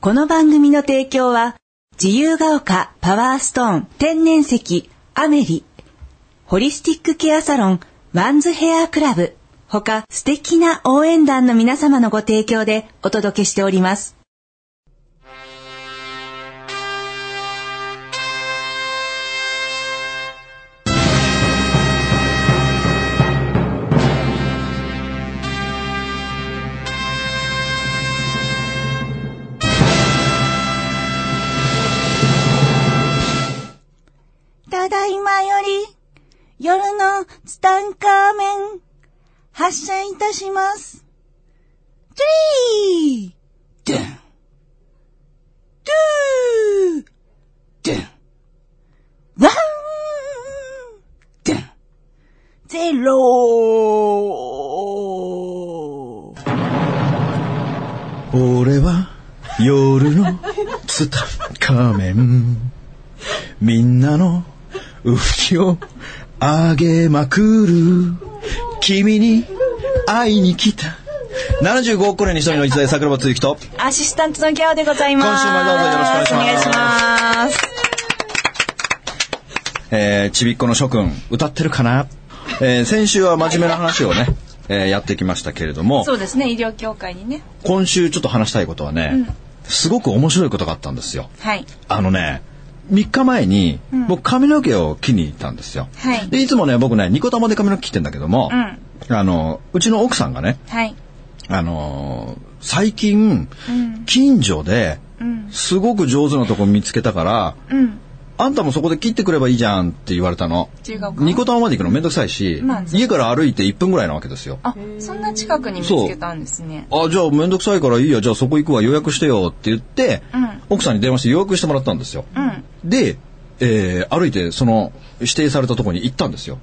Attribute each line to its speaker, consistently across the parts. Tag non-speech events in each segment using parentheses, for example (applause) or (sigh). Speaker 1: この番組の提供は、自由が丘パワーストーン天然石アメリ、ホリスティックケアサロンワンズヘアクラブ、他素敵な応援団の皆様のご提供でお届けしております。ただいまより、夜のツタンカーメン、発射いたします。トゥリードゥンドゥードゥンワンドゥンゼロー
Speaker 2: 俺は夜のツタンカーメンみんなの浮きをあげまくる君に会いに来た75億年に一人の一代桜庭つゆきと
Speaker 1: アシスタントのギャオでございます。
Speaker 2: 今週もどうぞよろしくお願いし
Speaker 1: お願いし
Speaker 2: ます
Speaker 1: ます。
Speaker 2: えーちびっこの諸君歌ってるかな、えー先週は真面目な話をね、えーやってきましたけれども
Speaker 1: そうですね、医療協会にね。
Speaker 2: 今週ちょっと話したいことはね、すごく面白いことがあったんですよ
Speaker 1: はい。
Speaker 2: あのね、3日前に、僕髪の毛を切りに行ったんですよ。
Speaker 1: はい
Speaker 2: で、いつもね、僕ね、ニコ玉で髪の毛切ってんだけども、あの、うちの奥さんがね、
Speaker 1: はい。
Speaker 2: あのー最近、近所で、すごく上手なとこ見つけたから、あんたもそこで切ってくればいいじゃんって言われたの。
Speaker 1: 違うか
Speaker 2: ニコ玉まで行くのめんどくさいし、
Speaker 1: まあ
Speaker 2: 家から歩いて1分ぐらいなわけですよ。
Speaker 1: あ、そんな近くに見つけたんですね。
Speaker 2: あ、じゃあめんどくさいからいいよ、じゃあそこ行くわ、予約してよって言って、奥さんに電話して予約してもらったんですよ。で、えー歩いてその指定されたところに行ったんですよ。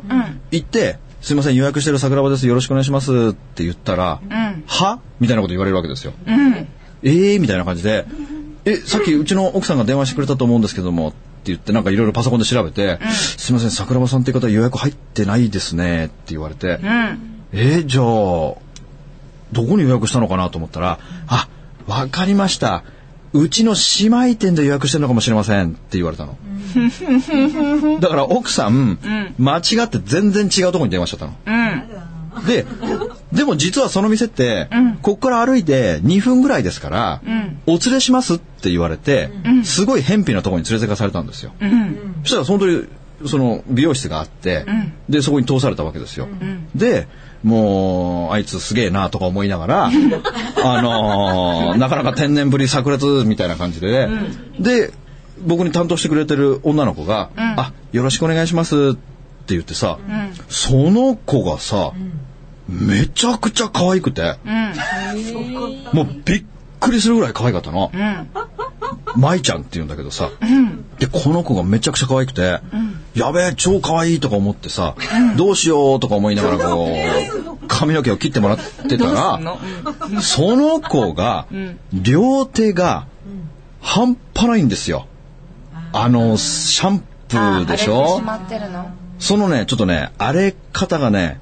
Speaker 2: 行って、すいません、予約してる桜庭です、よろしくお願いしますって言ったら、はみたいなこと言われるわけですよ。えーみたいな感じで、え、さっきうちの奥さんが電話してくれたと思うんですけども、って言ってなんかいろいろパソコンで調べて、すいません、桜庭さんっていう方予約入ってないですねって言われて、えーじゃあ、どこに予約したのかなと思ったら、あ、わかりました。うちの姉妹店で予約してるのかもしれませんって言われたの。だから奥さん、間違って全然違うところに電話しちゃったの。で、でも実はその店って、こっから歩いて2分ぐらいですから、お連れしますって言われて、すごい偏僻なところに連れてかされたんですよ。そしたらその時その美容室があって、でそこに通されたわけですよ、でもうあいつすげえなとか思いながらあのーなかなか天然ぶり炸裂みたいな感じで、で僕に担当してくれてる女の子が「あよろしくお願いします」って言ってさ、その子がさ、めちゃくちゃ可愛くて、もうびっくりするぐらい可愛かったの。舞ちゃんって言うんだけどさ、でこの子がめちゃくちゃ可愛くて、やべえ超可愛いとか思ってさ、どうしようとか思いながらこう髪の毛を切ってもらってたら、その子が、両手が半端ないんですよあのシャンプーでし
Speaker 1: あれっ
Speaker 2: ょ
Speaker 1: てしまってるの
Speaker 2: そのねちょっとね荒れ方がね、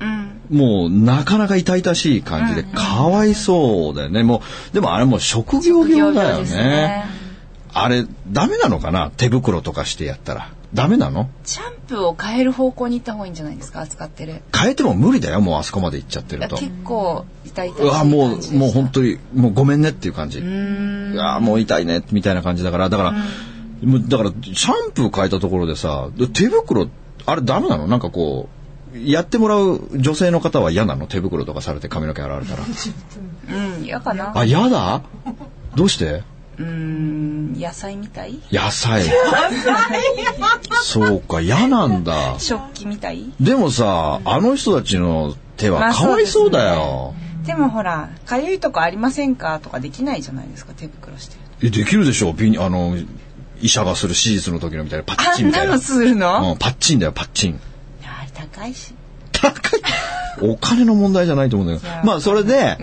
Speaker 2: もうなかなか痛々しい感じで、かわいそうだよねもうでもあれもう職業病
Speaker 1: 職業
Speaker 2: だよ
Speaker 1: 病ですね
Speaker 2: ねあれダメなのかな手袋とかしてやったらダメなの
Speaker 1: シャンプーを変える方向に行った方がいいんじゃないですか扱ってる。
Speaker 2: 変えても無理だよもうあそこまで行っちゃってると
Speaker 1: 結構痛い痛いう
Speaker 2: わもうもう本
Speaker 1: 当
Speaker 2: 当にもうごめんねっていう感じうわもう痛いねみたいな感じだからだから、もうだからシャンプー変えたところでさ手袋あれダメなのなんかこうやってもらう女性の方は嫌なの手袋とかされて髪の毛洗われた (laughs) ら
Speaker 1: うん嫌かな
Speaker 2: あ嫌だどうして
Speaker 1: うん野菜みたい
Speaker 2: 野菜そうか嫌なんだ
Speaker 1: 食器みたい
Speaker 2: でもさあの人たちの手
Speaker 1: ま
Speaker 2: は
Speaker 1: あ
Speaker 2: かわいそうだよ、
Speaker 1: でもほらかゆいとこありませんかとかできないじゃないですか手袋してる
Speaker 2: えできるでしょビニあの医者がする手術の時のみたいなパッ
Speaker 1: あ
Speaker 2: チン
Speaker 1: ん
Speaker 2: みた
Speaker 1: ない
Speaker 2: な
Speaker 1: のするの、
Speaker 2: うん、パッチンだよパッチン
Speaker 1: あれ高いし
Speaker 2: 高いお金の問題じゃないと思うんだけ
Speaker 1: い
Speaker 2: ど
Speaker 1: や
Speaker 2: まあそれで、
Speaker 1: ん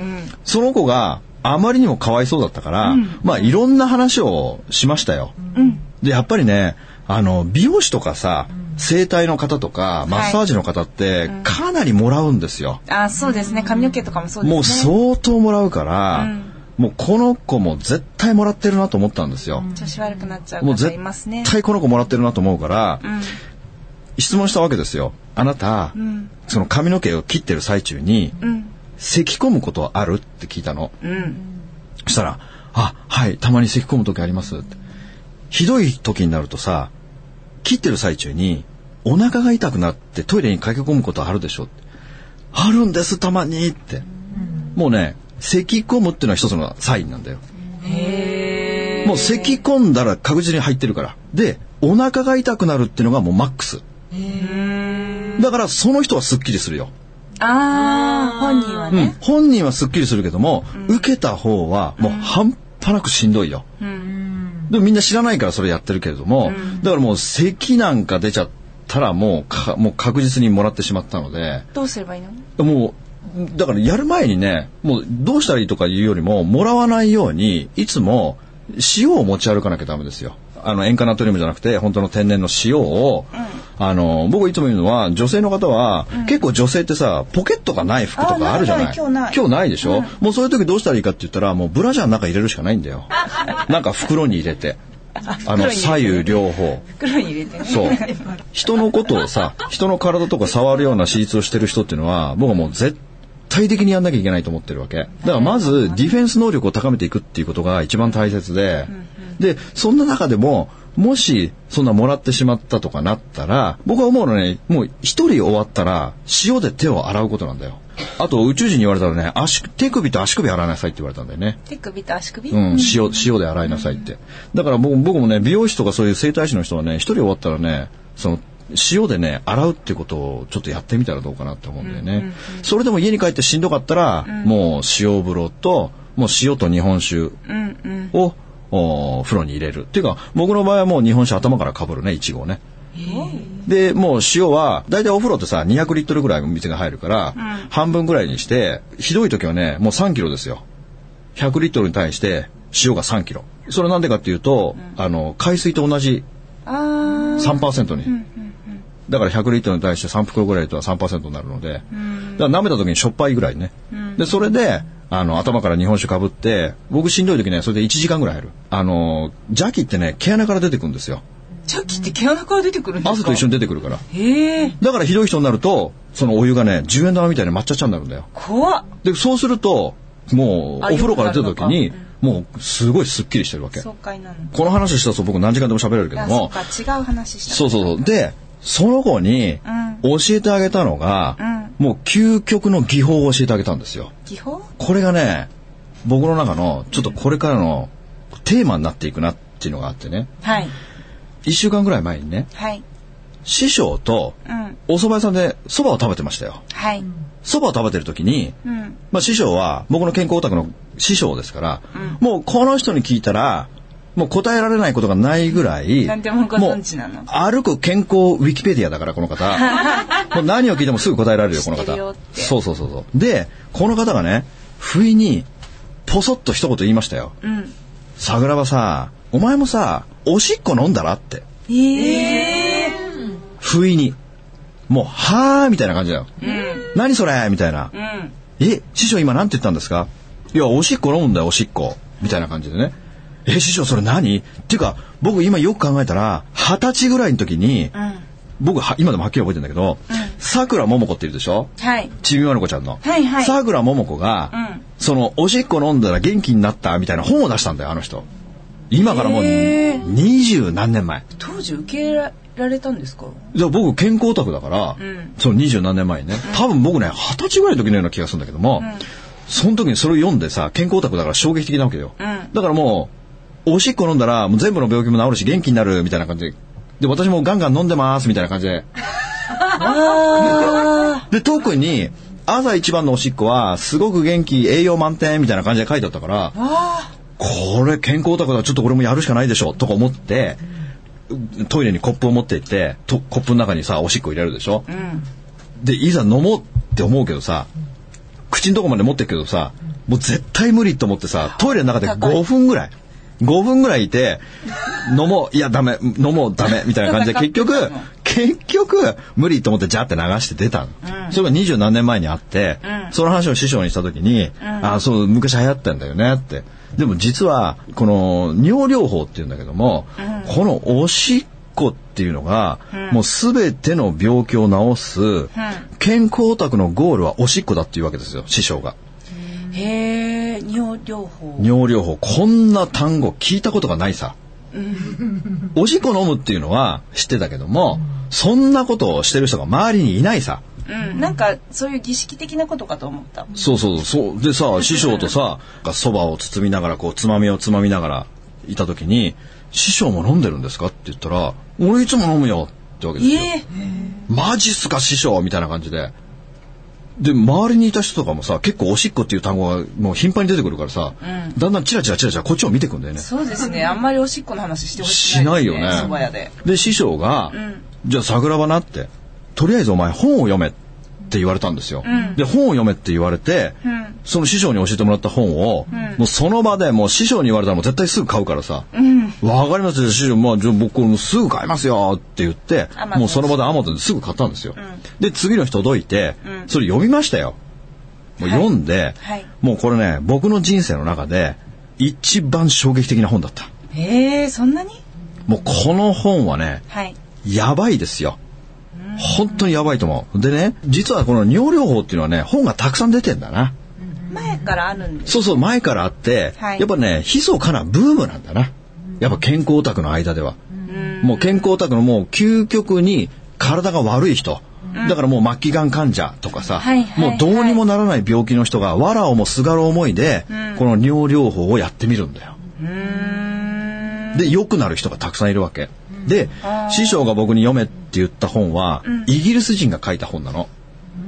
Speaker 2: その子があまりにもかわいそうだったから、まあいろんな話をしましたよ、でやっぱりねあの美容師とかさ整体の方とかマッサージの方ってかなりもらうんですよ、
Speaker 1: あそうですね髪の毛とかもそうですね
Speaker 2: もう相当もらうから、もうこの子も絶対もらってるなと思ったんですよ。
Speaker 3: 調子悪くなっちゃう
Speaker 2: もう
Speaker 3: 方
Speaker 2: 絶
Speaker 3: いますね。
Speaker 2: 対この子もらってるなと思うから、
Speaker 3: うん。
Speaker 2: 質問したわけですよ。あなた、
Speaker 3: ん
Speaker 2: その髪の毛を切ってる最中に、
Speaker 3: うん。
Speaker 2: 咳込むことはあるって聞いたの。
Speaker 3: うん。
Speaker 2: そしたら、あ、はい、たまに咳込む時ありますって。ひどい時になるとさ、切ってる最中に、お腹が痛くなってトイレに駆け込むことあるでしょってあるんです、たまにって。もうね、咳込むっていうのは一つのサインなんだよ。
Speaker 3: へえ。
Speaker 2: もう咳込んだら確実に入ってるから。で、お腹が痛くなるっていうのがもうマックス。だからその人はスッキリするよ。
Speaker 3: ああ、本人は
Speaker 2: うん
Speaker 3: ね。
Speaker 2: 本人はスッキリするけども、受けた方はもう半端なくしんどいよ。
Speaker 3: うん。
Speaker 2: でもみんな知らないからそれやってるけれども、だからもう咳なんか出ちゃったらもうかもう確実にもらってしまったので、
Speaker 3: どうすればいいの
Speaker 2: もう、だからやる前にね、もうどうしたらいいとかいうよりも、もらわないように、いつも塩を持ち歩かなきゃダメですよ。あの、塩化ナトリウムじゃなくて、本当の天然の塩を、あの、僕いつも言うのは、女性の方は、結構女性ってさ、ポケットがない服と
Speaker 3: あーな
Speaker 2: か
Speaker 3: い
Speaker 2: あるじゃない
Speaker 3: ない今日ない
Speaker 2: でしょ、もうそういう時どうしたらいいかって言ったら、もうブラジャーの中入れるしかないんだ (laughs) よ。なんか袋に入れて。あの、
Speaker 3: 袋に入れてね
Speaker 2: 左右両方。
Speaker 3: 袋に入れてね。
Speaker 2: そう。人のことをさ、人の体とか触るような手術をしてる人っていうのは、僕はもう絶対的にやんなきゃいけないと思ってるわけ。だからまず、ディフェンス能力を高めていくっていうことが一番大切で、で、そんな中でも、もし、そんなもらってしまったとかなったら、僕は思うのはね、もう一人終わったら、塩で手を洗うことなんだよ。あと、宇宙人に言われたらね、足、手首と足首洗いなさいって言われたんだよね。
Speaker 3: 手首と足首
Speaker 2: うん、塩、塩で洗いなさいって。だから僕僕もね、美容師とかそういう整体師の人はね、一人終わったらね、その、塩でね、洗うってことをちょっとやってみたらどうかなって思うんだよね。それでも家に帰ってしんどかったら、もう塩風呂と、もう塩と日本酒
Speaker 3: うんうん。
Speaker 2: を、お風呂に入れる。っていうか、僕の場合はもう日本酒頭からかぶるね、一合ね。で、もう塩は、だいたいお風呂ってさ、200リットルぐらい水が入るから、半分ぐらいにして、ひどい時はね、もう3キロですよ。100リットルに対して、塩が3キロ。それなんでかっていうと、あの、海水と同じ
Speaker 3: あ
Speaker 2: 3%に。だから100リットルに対して3袋ぐらいとは3%になるので、だから舐めた時にしょっぱいぐらいね。で、それで、あの、頭から日本酒かぶって、僕しんどい時ね、それで1時間ぐらい入る。あの、邪気ってね、毛穴から出てくるんですよ。
Speaker 3: あ。チャキって毛穴から出てくるんですか
Speaker 2: 汗と一緒
Speaker 3: に。
Speaker 2: に出てくるから。
Speaker 3: へえ。
Speaker 2: だからひどい人になると、そのお湯がね、10円玉みたいに抹茶茶になるんだよ。
Speaker 3: 怖っ。
Speaker 2: で、そうすると、もう、
Speaker 3: あ
Speaker 2: お風呂から出た時に
Speaker 3: よくなる、
Speaker 2: もう、すごいスッキリしてるわけ。
Speaker 3: 爽快なの。
Speaker 2: この話したらそう僕何時間でも喋れるけど
Speaker 3: あ、そ
Speaker 2: も
Speaker 3: っ、か、違う話した。
Speaker 2: そうそうそう。で、その子に教えてあげたのが、もう究極の技法を教えてあげたんですよ。
Speaker 3: 技法
Speaker 2: これがね、僕の中のちょっとこれからのテーマになっていくなっていうのがあってね、
Speaker 3: はい。
Speaker 2: 一週間ぐらい前にね、
Speaker 3: はい。
Speaker 2: 師匠と
Speaker 3: うん。
Speaker 2: お蕎麦屋さんで蕎麦を食べてましたよ。
Speaker 3: はい。
Speaker 2: 蕎麦を食べてる時に、
Speaker 3: うん。
Speaker 2: まあ師匠は僕の健康オタクの師匠ですから、もうこの人に聞いたら、もう答えられないことがないぐらい、
Speaker 3: 何でもご存知なの
Speaker 2: もう歩く健康ウィキペディアだから、この
Speaker 3: (laughs)
Speaker 2: 方。もう何を聞いてもすぐ答えられるよ、この
Speaker 3: 知ってるよ
Speaker 2: 方
Speaker 3: っ。て
Speaker 2: そうそうそうそう。で、この方がね、不意に、ポソッと一言言いましたよ。
Speaker 3: うん。
Speaker 2: 桜庭さ、お前もさ、おしっこ飲んだらって。
Speaker 3: ええ
Speaker 2: 不意に。もう、はーみたいな感じだよ。
Speaker 3: うん。
Speaker 2: 何それみたいな。
Speaker 3: うん。
Speaker 2: え、師匠今なんて言ったんですかいや、おしっこ飲むんだよ、おしっこ。みたいな感じでね。え、師匠それ何っていうか、僕今よく考えたら、二十歳ぐらいの時に、
Speaker 3: うん。
Speaker 2: 僕は今でもはっきり覚えてるんだけど、さくらももこっているでしょ
Speaker 3: はい。
Speaker 2: ちびまる子ちゃんの。
Speaker 3: はいはい
Speaker 2: さくらももこが、
Speaker 3: うん
Speaker 2: その、おしっこ飲んだら元気になったみたいな本を出したんだよ、あの人。今からもう、
Speaker 3: へー
Speaker 2: 二十何年前。
Speaker 3: 当時受け入れられたんですか
Speaker 2: じゃあ僕健康オタクだから、
Speaker 3: ん
Speaker 2: その二十何年前にね、多分僕ね、二十歳ぐらいの時のような気がするんだけども、その時にそれを読んでさ、健康オタクだから衝撃的なわけよ。
Speaker 3: ん
Speaker 2: だからもう、おしっこ飲んだらもう全部の病気も治るし元気になるみたいな感じで、で、私もガンガン飲んでますみたいな感じで。で、特に、朝一番のおしっこは、すごく元気、栄養満点みたいな感じで書いてあったから、これ健康オタクだ、ちょっと俺もやるしかないでしょ、とか思って、トイレにコップを持って行って、とコップの中にさ、おしっこ入れるでしょ。で、いざ飲もうって思うけどさ、口のとこまで持ってくけどさ、もう絶対無理と思ってさ、トイレの中で5分ぐらい、5分ぐらいいて、飲もう、いやダメ、飲もうダメ、みたいな感じで、
Speaker 3: 戦っ
Speaker 2: 結
Speaker 3: てたの
Speaker 2: 局、結結局、無理と思ってジャーって流して出たの。それが二十何年前にあって、その話を師匠にした時に、あ、そう、昔流行ったんだよねって。でも実は、この尿療法っていうんだけども、このおしっこっていうのが、もうすべての病気を治す、健康オタクのゴールはおしっこだっていうわけですよ、師匠が。
Speaker 3: へえ、尿療法。
Speaker 2: 尿療法こんな単語聞いたことがないさおしっこ飲むっていうのは知ってたけどもそんなことをしてる人が周りにいないさ
Speaker 3: うん、なんかそういう儀式的なことかと思った。
Speaker 2: そうそうそうでさ師匠とさそばを包みながらこうつまみをつまみながらいた時に「師匠も飲んでるんですか?」って言ったら「俺いつも飲むよ」ってわけですよ
Speaker 3: ええ、
Speaker 2: マジっすか師匠みたいな感じで。で、周りにいた人とかもさ、結構おしっこっていう単語がもう頻繁に出てくるからさ、だんだんチラチラチラチラこっちを見てくんだよね。
Speaker 3: そうですね。あんまりおしっこの話してほし
Speaker 2: し
Speaker 3: くな
Speaker 2: ないい
Speaker 3: です
Speaker 2: よ
Speaker 3: ね。
Speaker 2: ね。
Speaker 3: 蕎麦屋で。
Speaker 2: で、師匠が、じゃあ桜花って、とりあえずお前本を読めって言われたんですよ。で、本を読めって言われて、その師匠に教えてもらった本を、もうその場でもう師匠に言われたらもう絶対すぐ買うからさ、わかりますよ、師匠、まあ、じゃあ僕これもうすぐ買いますよって言って、
Speaker 3: Amazon
Speaker 2: もうその場でアマゾンですぐ買ったんですよ。で、次の日届いて、それ読みましたよ。もう読んで、
Speaker 3: はい
Speaker 2: もうこれね、僕の人生の中で一番衝撃的な本だった。
Speaker 3: ええ、そんなに
Speaker 2: もうこの本はね、
Speaker 3: はい。
Speaker 2: やばいですよ。本当にやばいと思う。でね、実はこの尿療法っていうのはね、本がたくさん出てんだな。
Speaker 3: 前からあるんです。
Speaker 2: そうそう、前からあって、
Speaker 3: はい
Speaker 2: やっぱね、密かなブームなんだな。やっぱ健康オタクの間では。もう健康オタクのもう究極に体が悪い人。だからもう末期がん患者とかさ、
Speaker 3: はいはいはい
Speaker 2: もうどうにもならない病気の人が、わらをもすがる思いで、この尿療法をやってみるんだよ。で、良くなる人がたくさんいるわけ。で、師匠が僕に読めって言った本は、イギリス人が書いた本なの。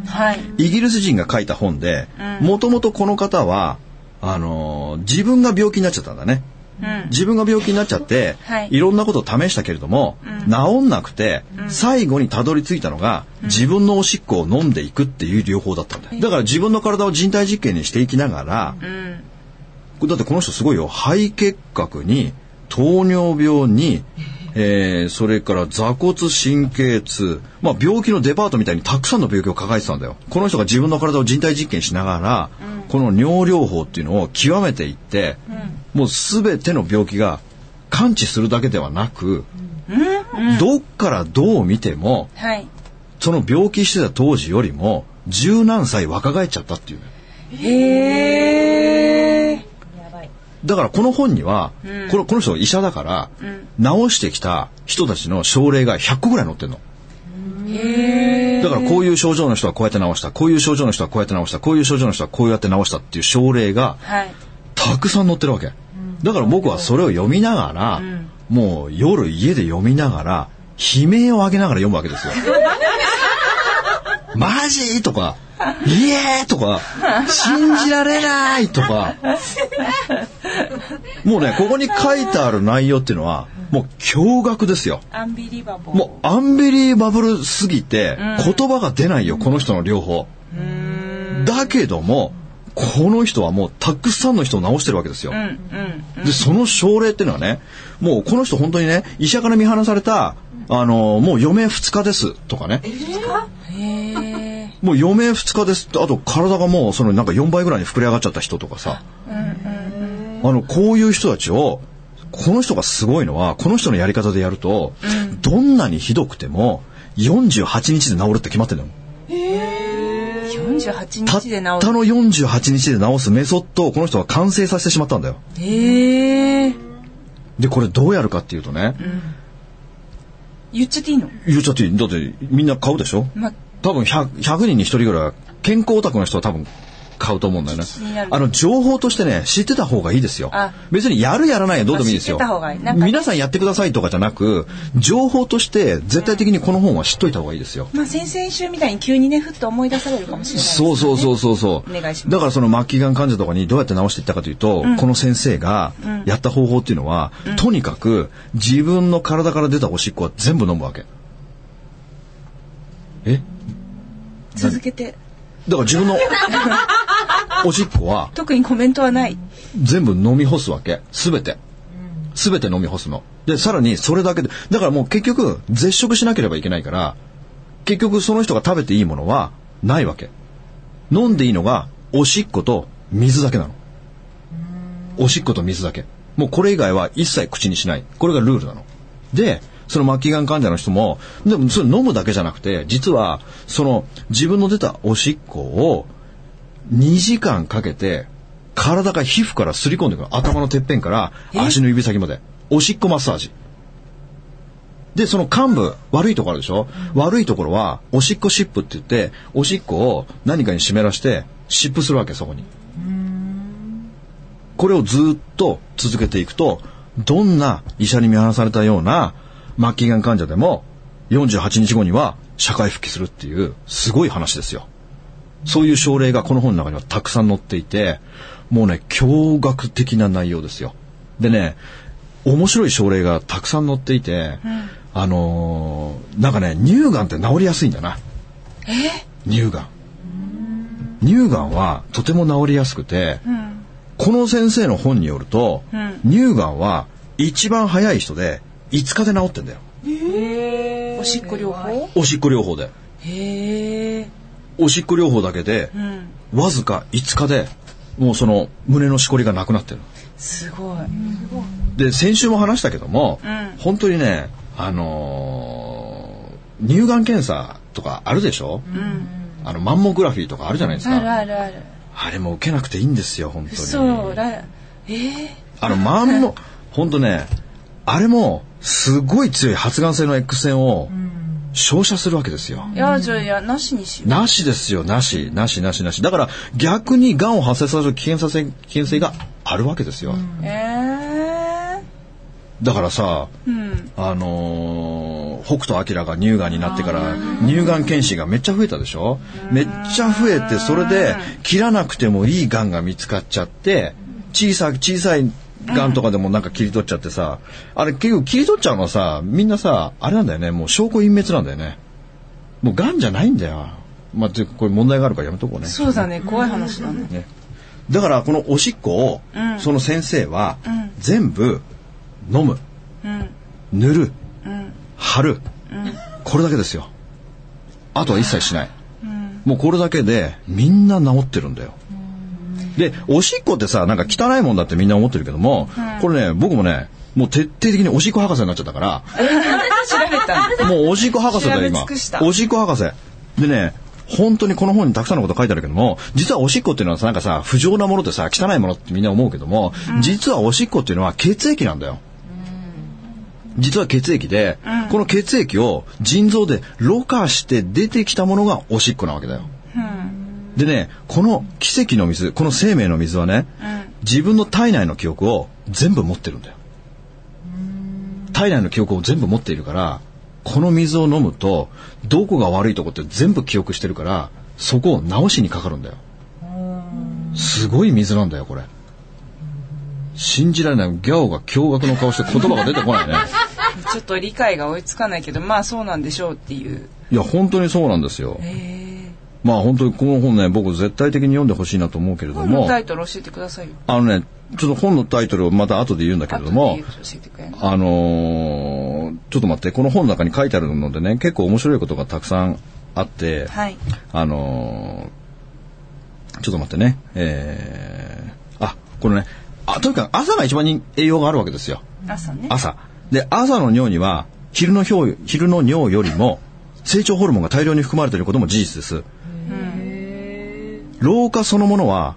Speaker 3: はい。
Speaker 2: イギリス人が書いた本で、もともとこの方は、あのー自分が病気になっちゃったんだね。
Speaker 3: うん。
Speaker 2: 自分が病気になっちゃって、
Speaker 3: はい
Speaker 2: ろんなことを試したけれども、治んなくて、最後にたどり着いたのが、自分のおしっこを飲んでいくっていう療法だったんだよ。だから自分の体を人体実験にしていきながら、
Speaker 3: うん。
Speaker 2: だってこの人すごいよ肺結核に糖尿病に、えーそれから座骨神経痛、まあ、病気のデパートみたいにたくさんの病気を抱えてたんだよこの人が自分の体を人体実験しながら、この尿療法っていうのを極めていって、もう全ての病気が完治するだけではなく、どっからどう見ても
Speaker 3: はい。
Speaker 2: その病気してた当時よりも十何歳若返っちゃったっていうね
Speaker 3: へえ。
Speaker 2: だからこの本には、このこの人医者だから、治してきた人たちの症例が100個ぐらい載ってるの。だからこういう症状の人はこうやって治した、こういう症状の人はこうやって治した、こういう症状の人はこうやって治したっていう症例が
Speaker 3: はい。
Speaker 2: たくさん載ってるわけ。だから僕はそれを読みながら、もう夜家で読みながら、悲鳴を上げながら読むわけ (laughs) ですよ。マジとか、イエーとか、信じられないと (laughs) か。もうね、ここに書いてある内容っていうのは、もう驚愕ですよ。
Speaker 3: アンビリバボー。
Speaker 2: もうアンビリーバブルすぎて、言葉が出ないよ、この人の両方。だけども、この人はもうたくさんの人を治してるわけですよ。
Speaker 3: うんうん。
Speaker 2: で、その症例っていうのはね、もうこの人本当にね、医者から見放された、あの、もう余命2日ですとかね。
Speaker 3: へえ。
Speaker 2: もう余命2日ですってあと体がもうそのなんか4倍ぐらいに膨れ上がっちゃった人とかさ、あのこういう人たちをこの人がすごいのはこの人のやり方でやると、どんなにひどくても48日で治るって決まってるのよ
Speaker 3: 48
Speaker 2: たった
Speaker 3: 日で治る。
Speaker 2: の48日で治すメソッドをこの人は完成させてしまったんだよ
Speaker 3: へえ。
Speaker 2: でこれどうやるかっていうとね、
Speaker 3: 言っちゃっていいの
Speaker 2: 言っちゃっていいだってみんな買うでしょ
Speaker 3: ま、
Speaker 2: 多分 100, 100人に1人ぐらいは健康オタクの人は多分買うと思うんだよね
Speaker 3: になる
Speaker 2: あの情報としてね知ってた方がいいですよ
Speaker 3: あ
Speaker 2: 別にやるやらないはどうでもいいですよ
Speaker 3: あ知ってた方がいいなんかね
Speaker 2: 皆さんやってくださいとかじゃなく情報として絶対的にこの本は知っといた方がいいですよ
Speaker 3: まあ、先々週みたいに急にね、ふっと思い出されるかもしれないですね。
Speaker 2: そうそうそうそうそう。
Speaker 3: お願いします
Speaker 2: だからその末期がん患者とかにどうやって治していったかというと、この先生がやった方法っていうのは、とにかく自分の体から出たおしっこは全部飲むわけ。え
Speaker 3: 続けて。
Speaker 2: だから自分のおしっこは
Speaker 3: 特にコメントはない。
Speaker 2: 全部飲み干すわけ。すべて。すべて飲み干すの。で、さらにそれだけで、だからもう結局、絶食しなければいけないから、結局その人が食べていいものはないわけ。飲んでいいのが、おしっこと水だけなの。おしっこと水だけ。もうこれ以外は一切口にしない。これがルールなの。で、その末期がん患者の人も、でもそれ飲むだけじゃなくて、実は、その自分の出たおしっこを2時間かけて、体が皮膚からすり込んでくる。頭のてっぺんから足の指先まで。おしっこマッサージ。で、その幹部、悪いところあるでしょ、悪いところは、おしっこシップって言って、おしっこを何かに湿らして、湿布するわけ、そこに。これをずっと続けていくと、どんな医者に見放されたような末期がん患者でも、48日後には社会復帰するっていう、すごい話ですよ。そういう症例がこの本の中にはたくさん載っていて、もうね、驚愕的な内容ですよ。でね、面白い症例がたくさん載っていて、あのーなんかね、乳がんって治りやすいんだな。乳がん。乳がんはとても治りやすくて、この先生の本によると、乳がんは一番早い人で5日で治ってんだよ。
Speaker 3: おしっこ療法
Speaker 2: おしっこ療法で。
Speaker 3: へえ。
Speaker 2: おしっこ療法だけで、
Speaker 3: ん
Speaker 2: わずか5日で、もうその胸のしこりがなくなってる。
Speaker 3: すごい。
Speaker 2: で、先週も話したけども、
Speaker 3: うん
Speaker 2: 本当にね、あのー乳がん検査とかあるでしょ、あの、マンモグラフィーとかあるじゃないです
Speaker 3: ある
Speaker 2: か。
Speaker 3: あるある。
Speaker 2: あれも受けなくていいんですよ、本当に。
Speaker 3: そう、ら、ええ。
Speaker 2: あの、マンモ、本当ね、あれも、すごい強い発がん性の X 線を照射するわけですよ。
Speaker 3: いや、じゃあ、いや、なしにしよ
Speaker 2: なしですよ、なし、なし、なし、なし。だから逆に癌を発生させる危険させ、危険性があるわけですよ。
Speaker 3: う。ええ。
Speaker 2: だからさ、
Speaker 3: うん。
Speaker 2: あのー北斗晶が乳がんになってから乳がん検診がめっちゃ増えたでしょめっちゃ増えて、それで切らなくてもいいがんが見つかっちゃって、小さい、小さいがんとかでもなんか切り取っちゃってさ、あれ結局切り取っちゃうのはさ、みんなさ、あれなんだよね、もう証拠隠滅なんだよね。もうがんじゃないんだよ。まあ、ていうかこれ問題があるからやめとこうね。
Speaker 3: そうだね、怖い話だね。
Speaker 2: ね、だからこのおしっこを、
Speaker 3: うん
Speaker 2: その先生は、全部飲む
Speaker 3: うん。
Speaker 2: 塗る
Speaker 3: うん。
Speaker 2: 貼る、これだけですよあとは一切しない、もうこれだけでみんな治ってるんだよでおしっこってさなんか汚いもんだってみんな思ってるけども、これね僕もねもう徹底的におしっこ博士になっちゃったから
Speaker 3: (laughs) 調べたの。
Speaker 2: もうおしっこ博士だ
Speaker 3: 調
Speaker 2: よ、
Speaker 3: べ
Speaker 2: 今
Speaker 3: 尽くした。
Speaker 2: おしっこ博士。でね、本当にこの本にたくさんのこと書いてあるけども、実はおしっこっていうのはさなんかさ、不浄なものってさ、汚いものってみんな思うけども、実はおしっこっていうのは血液なんだよ。実は血液で、この血液を腎臓でろ過して出てきたものがおしっこなわけだよ。でね、この奇跡の水、この生命の水はね、自分の体内の記憶を全部持ってるんだよ。体内の記憶を全部持っているから、この水を飲むと、どこが悪いとこって全部記憶してるから、そこを直しにかかるんだよ。すごい水なんだよ、これ。信じられない。ギャオが驚愕の顔して言葉が出てこ
Speaker 3: (laughs)
Speaker 2: ないね。
Speaker 3: ちょっと理解が追いつかないけど、まあそうなんでしょうっていう。
Speaker 2: いや、本当にそうなんですよ。
Speaker 3: ええ。
Speaker 2: まあ本当にこの本ね、僕絶対的に読んでほしいなと思うけれど
Speaker 3: 本の
Speaker 2: も、
Speaker 3: タイトル教えてくださいよ。
Speaker 2: あのね、ちょっと本のタイトルをまた後で言うんだけれども
Speaker 3: 後で、教えてくれない
Speaker 2: あのーちょっと待って、この本の中に書いてあるのでね、結構面白いことがたくさんあって、
Speaker 3: はい。
Speaker 2: あのーちょっと待ってね、えー、あ、このね、あとにかく朝が一番に栄養があるわけですよ。
Speaker 3: 朝ね。
Speaker 2: 朝。で、朝の尿には、昼の尿、昼の尿よりも、成長ホルモンが大量に含まれていることも事実です。老化そのものは、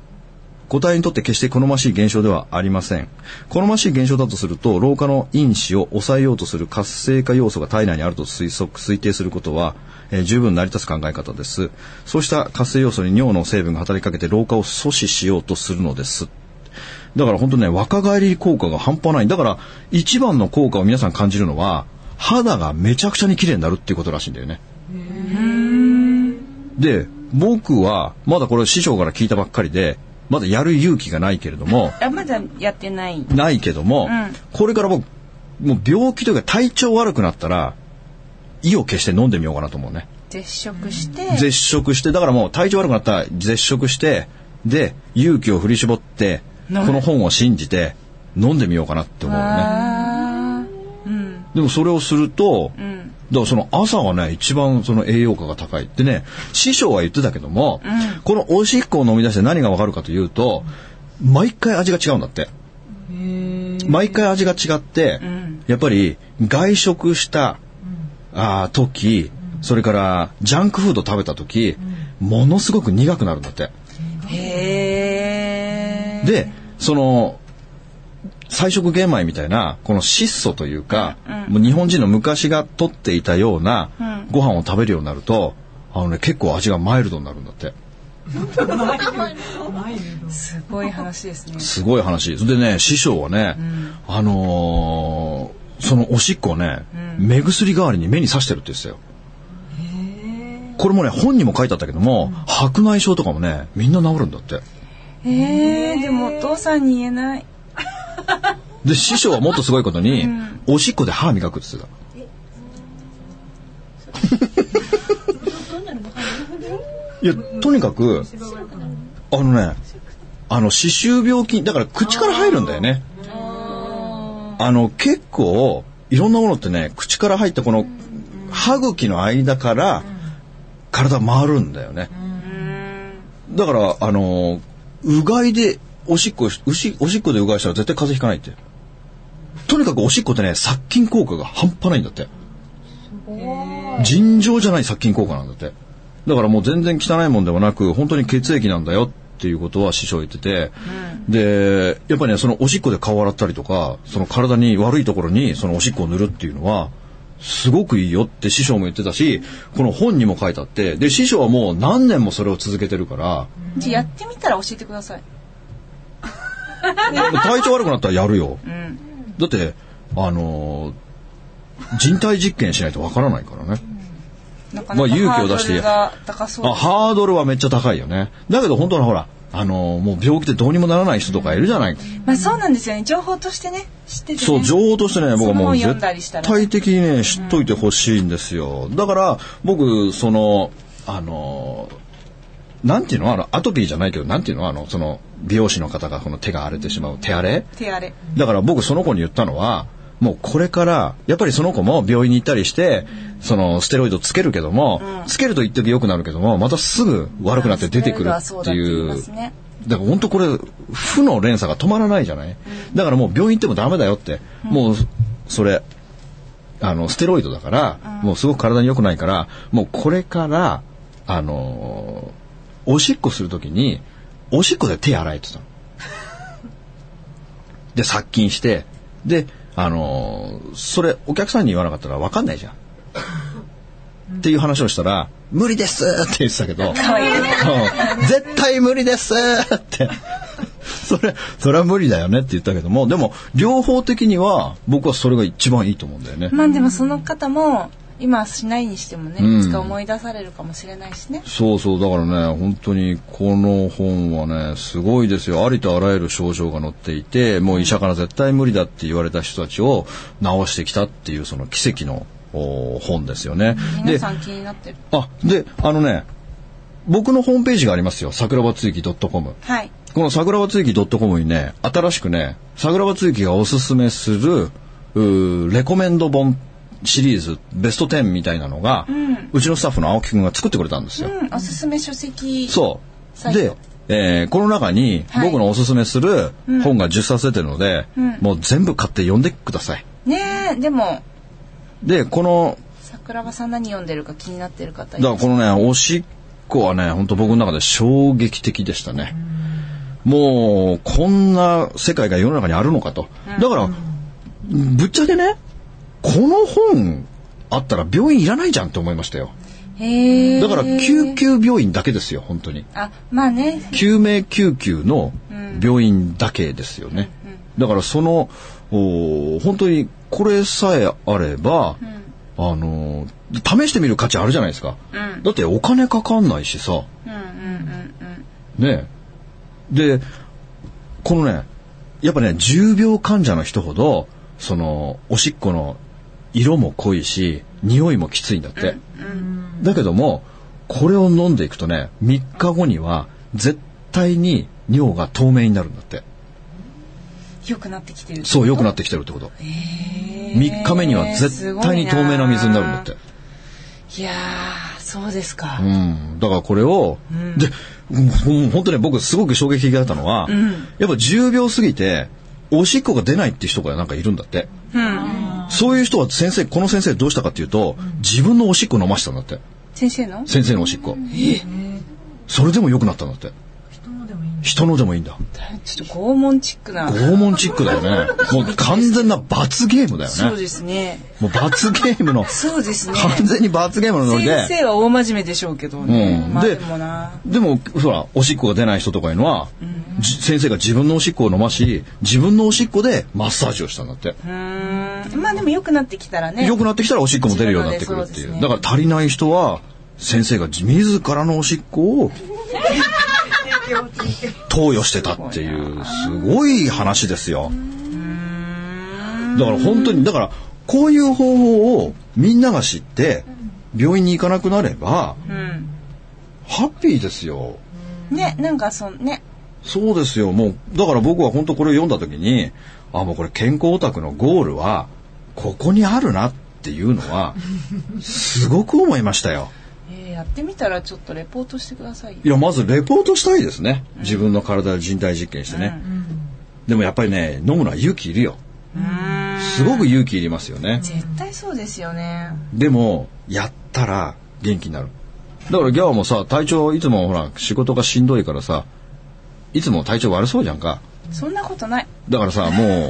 Speaker 2: 個体にとって決して好ましい現象ではありません。好ましい現象だとすると、老化の因子を抑えようとする活性化要素が体内にあると推測、推定することは、えー十分成り立つ考え方です。そうした活性要素に尿の成分が働きかけて老化を阻止しようとするのです。だから本当ね、若返り効果が半端ない。だから、一番の効果を皆さん感じるのは、肌がめちゃくちゃに綺麗になるっていうことらしいんだよね。で、僕は、まだこれ師匠から聞いたばっかりで、まだやる勇気がないけれども、
Speaker 3: あ、まだやってない。
Speaker 2: ないけども、
Speaker 3: うん
Speaker 2: これから僕、もう病気というか体調悪くなったら、意を決して飲んでみようかなと思うね。
Speaker 3: 絶食して。
Speaker 2: 絶食して、だからもう体調悪くなったら絶食して、で、勇気を振り絞って、こ
Speaker 3: 飲む
Speaker 2: の本を信じて、飲んでみようかなって思うね。
Speaker 3: あーうん
Speaker 2: でもそれをすると、
Speaker 3: うん
Speaker 2: だからその朝がね、一番その栄養価が高いってね、師匠は言ってたけども、このおしっこを飲み出して何がわかるかというと、毎回味が違うんだって。毎回味が違って、やっぱり外食した、あー時、それからジャンクフード食べた時、ものすごく苦くなるんだって。
Speaker 3: へえ
Speaker 2: で、その、菜食玄米みたいな、この質素というか、もう日本人の昔が取っていたようなご飯を食べるようになると、あのね、結構味がマイルドになるんだって。
Speaker 3: すごい話ですね
Speaker 2: すごい話。それでね、師匠はね、あのーそのおしっこをね、目薬代わりに目に刺してるって言ってたよ。これもね、本にも書いてあったけども、白内障とかもね、みんな治るんだって。
Speaker 3: えー、でもお父さんに言えない
Speaker 2: で、師匠はもっとすごいことに、おしっこで歯磨くって言ってた。いや、とにかく、あのね、あの、歯周病菌、だから口から入るんだよね。あの、結構、いろんなものってね、口から入ったこの、歯茎の間から、体回るんだよね。だから、あの、うがいで、おしっこ、うしおしっこでうがいしたら絶対風邪ひかないって。とにかくおしっこってね、殺菌効果が半端ないんだって。尋常じゃない殺菌効果なんだって。だからもう全然汚いもんでもなく、本当に血液なんだよっていうことは師匠言ってて、で、やっぱりね、そのおしっこで顔洗ったりとか、その体に悪いところにそのおしっこを塗るっていうのは、すごくいいよって師匠も言ってたし、この本にも書いてあって、で、師匠はもう何年もそれを続けてるから、
Speaker 3: じゃあやってみたら教えてください
Speaker 2: 体調悪くなったらやるよ。
Speaker 3: うん
Speaker 2: だって、あのー人体実験しないとわからないからね。
Speaker 3: なか
Speaker 2: ま
Speaker 3: な
Speaker 2: あ
Speaker 3: か
Speaker 2: 勇気
Speaker 3: ハ
Speaker 2: を
Speaker 3: ード
Speaker 2: 出して
Speaker 3: ルが高そう
Speaker 2: あハードルはめっちゃ高いよね。だけど本当にほら、あのーもう病気でどうにもならない人とかいるじゃない。
Speaker 3: まあそうなんですよね情報としてね知ってて、ね、
Speaker 2: そう、情報としてね、僕はもう
Speaker 3: その本読
Speaker 2: 絶
Speaker 3: んだりしたら
Speaker 2: 対的にね、知っといてほしいんですよ。だから、僕、その、あのーなんていうのあの、アトピーじゃないけど、なんていうのあの、その、美容師の方がこの手が荒れてしまう手荒れ
Speaker 3: 手荒れ
Speaker 2: だから僕その子に言ったのは、もうこれから、やっぱりその子も病院に行ったりして、そのステロイドつけるけども、つけると一時良くなるけども、またすぐ悪くなって出てくるっていう。
Speaker 3: ステロイドはそうだって言いますね
Speaker 2: だから本当これ、負の連鎖が止まらないじゃないだからもう病院行ってもダメだよって。もう、それ、あの、ステロイドだから、もうすごく体に良くないから、もうこれから、あのーおしっこするときに、おしっこで手洗えてたの。で、殺菌して、で、あのーそれ、お客さんに言わなかったら分かんないじゃん。っていう話をしたら、無理ですって言ってたけど、
Speaker 3: 可愛いね
Speaker 2: うん絶対無理ですって。それ、それは無理だよねって言ったけども、でも、両方的には、僕はそれが一番いいと思うんだよね。
Speaker 3: まあでもその方も今はしないにしてもね、
Speaker 2: うん
Speaker 3: いつか思い出されるかもしれないしね
Speaker 2: そうそう、だからね、本当にこの本はね、すごいですよ。ありとあらゆる症状が載っていて、もう医者から絶対無理だって言われた人たちを治してきたっていう、その奇跡のお本ですよね。
Speaker 3: 皆
Speaker 2: で、
Speaker 3: さん気になってる
Speaker 2: あ、で、あのね、僕のホームページがありますよ。桜庭つゆき .com。
Speaker 3: はい
Speaker 2: この桜庭つゆき .com にね、新しくね、桜庭つゆきがおすすめする、うーレコメンド本シリーズ、ベスト10みたいなのが、うちのスタッフの青木くんが作ってくれたんですよ。
Speaker 3: うんおすすめ書籍
Speaker 2: そう。
Speaker 3: サイト
Speaker 2: で、えーこの中に
Speaker 3: はい
Speaker 2: 僕のおすすめする本が10冊出てるので、もう全部買って読んでください。
Speaker 3: ねえでも
Speaker 2: で、この、
Speaker 3: 桜庭さん何読んでるか気になってる方い
Speaker 2: だからこのね、おしっこはね、本当僕の中で衝撃的でしたね。もう、こんな世界が世の中にあるのかと。だから、ぶっちゃけね、この本あったら病院いらないじゃんって思いましたよ。
Speaker 3: へえ
Speaker 2: だから、救急病院だけですよ、本当に。
Speaker 3: あまあね
Speaker 2: 救命救急の病院だけですよね。だからそのお本当にこれさえあれば、あのー試してみる価値あるじゃないですか。だってお金かかんないしさ。ねえでこのねやっぱね重病患者の人ほどそのおしっこの色も濃いし匂いもきついんだって。だけども、これを飲んでいくとね、3日後には絶対に尿が透明になるんだって。
Speaker 3: 良くなってきてる
Speaker 2: そう良くなってきてるってこと、
Speaker 3: え
Speaker 2: 3日目には絶対に透明な水になるんだって
Speaker 3: いやーそうですか、
Speaker 2: うん、だからこれを、でもう本当ね僕すごく衝撃的だったのは、やっぱ10秒過ぎておしっこが出ないって人がなんかいるんだって、そういう人は先生この先生どうしたかっていうと自分のおしっこ飲ましたんだって
Speaker 3: 先生の
Speaker 2: 先生のおしっこ、それでも良くなったんだって人のでもいいんだ
Speaker 3: ちょっと拷問チックな
Speaker 2: 拷問チックだよねもう完全な罰ゲームだよ
Speaker 3: そう
Speaker 2: ね
Speaker 3: ですね
Speaker 2: もう罰ゲームの
Speaker 3: そうですね
Speaker 2: 完全に罰ゲームのノリで
Speaker 3: 先生は大真面目でしょうけどね、
Speaker 2: うん
Speaker 3: まあ
Speaker 2: で
Speaker 3: でもな
Speaker 2: でもほらおしっこが出ない人とかいうのは、じ先生が自分のおしっこを飲まし自分のおしっこでマッサージをしたんだって、
Speaker 3: うーんまあでも良くなってきたらね
Speaker 2: 良くなってきたらおしっこも出るようになってくるってい
Speaker 3: そううですね
Speaker 2: だから足りない人は先生が自自らのおしっこを投与してたっていうすごい話ですよだから本当にだからこういう方法をみんなが知って病院に行かなくなれば
Speaker 3: うん
Speaker 2: ハッピーですよ
Speaker 3: ねなんかそのね
Speaker 2: そうですよ。もう、だから僕は本当これを読んだ時に、あ、もうこれ健康オタクのゴールは、ここにあるなっていうのは、すごく思いましたよ。
Speaker 3: えーやってみたらちょっとレポートしてくださいよ
Speaker 2: いや、まずレポートしたいですね。自分の体で人体実験してね。でもやっぱりね、飲むのは勇気いるよ。すごく勇気いりますよね。
Speaker 3: 絶対そうですよね
Speaker 2: でも、やったら元気になる。だからギャオもさ、体調いつもほら、仕事がしんどいからさ、いつも体調悪そうじゃんか。
Speaker 3: そんなことない
Speaker 2: だからさ、もう、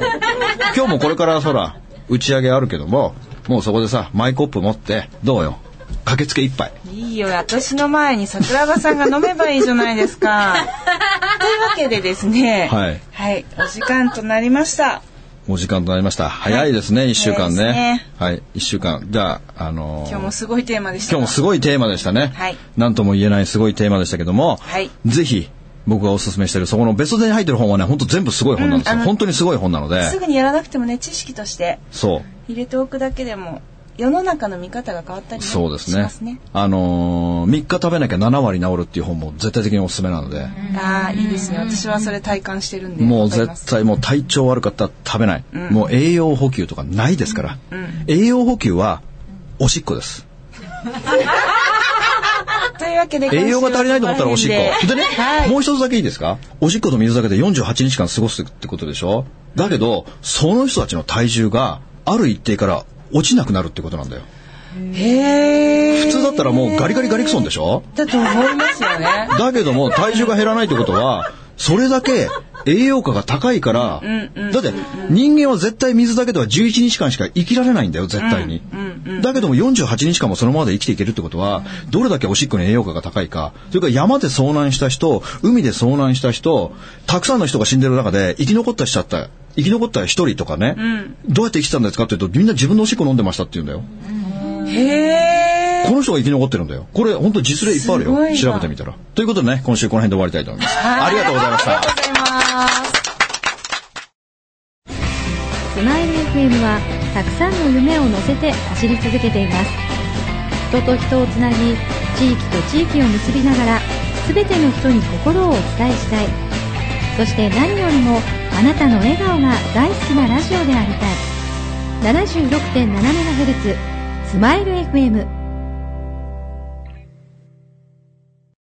Speaker 2: 今日もこれからほら、打ち上げあるけども、もうそこでさ、マイコップ持って、どうよ。駆けつけ一杯。
Speaker 3: いいよ私の前に桜庭さんが飲めばいいじゃないですか (laughs) というわけでですね
Speaker 2: はい
Speaker 3: はい、お時間となりました
Speaker 2: お時間となりました。早いですね、一週間
Speaker 3: 早いです
Speaker 2: ね
Speaker 3: ね。
Speaker 2: はい、一週間。じゃあ、あのー
Speaker 3: 今日もすごいテーマでした
Speaker 2: 今日もすごいテーマでしたね。
Speaker 3: はい
Speaker 2: なんとも言えないすごいテーマでしたけども、
Speaker 3: はい
Speaker 2: ぜひ、僕がおすすめしてる、そこのベスト10に入ってる本はね、本当全部すごい本なんですよ。
Speaker 3: うんあの
Speaker 2: 本当にすごい本なので、
Speaker 3: すぐにやらなくてもね知識として
Speaker 2: そう。
Speaker 3: 入れておくだけでも世の中の見方が変わったりね
Speaker 2: そうです
Speaker 3: し
Speaker 2: ね
Speaker 3: ますね
Speaker 2: あのー、3日食べなきゃ7割治るっていう本も絶対的におすすめなので、
Speaker 3: ああいいですね私はそれ体感してるんで
Speaker 2: もう
Speaker 3: わかります
Speaker 2: 絶対もう体調悪かったら食べない、もう栄養補給とかないですから、栄養補給はおしっこです
Speaker 3: というわけで
Speaker 2: 栄養が足りないと思ったらおしっこ
Speaker 3: 今週はこ
Speaker 2: で
Speaker 3: こら
Speaker 2: ね、
Speaker 3: 辺はい
Speaker 2: もう一つだけいいですかおしっこと水だけで48日間過ごすってことでしょだけどその人たちの体重がある一定から落ちなくなるってことなんだよ
Speaker 3: へえ
Speaker 2: 普通だったらもうガリガリガリクソンでしょ
Speaker 3: だと思います
Speaker 2: (laughs)
Speaker 3: よね
Speaker 2: だけども体重が減らないってことはそれだけ栄養価が高いから、だって人間は絶対水だけでは11日間しか生きられないんだよ絶対に、だけども48日間もそのままで生きていけるってことはどれだけおしっこの栄養価が高いかそれから山で遭難した人海で遭難した人たくさんの人が死んでる中で生き残った人だった生き残った一人とかね、どうやって生きてたんですかって言うとみんな自分のおしっこ飲んでましたって言うんだよ
Speaker 3: へえ
Speaker 2: この人が生き残ってるんだよ。これ本当実例いっぱいある
Speaker 3: すごい
Speaker 2: よ。
Speaker 3: な
Speaker 2: 調べてみたら。ということでね、今週この辺で終わりたいと思います。ありがとうございました。
Speaker 3: ありがとうございます
Speaker 4: スマイル FM はたくさんの夢を乗せて走り続けています人と人をつなぎ地域と地域を結びながら全ての人に心をお伝えしたいそして何よりもあなたの笑顔が大好きなラジオでありたい 76.7MHz スマイル FM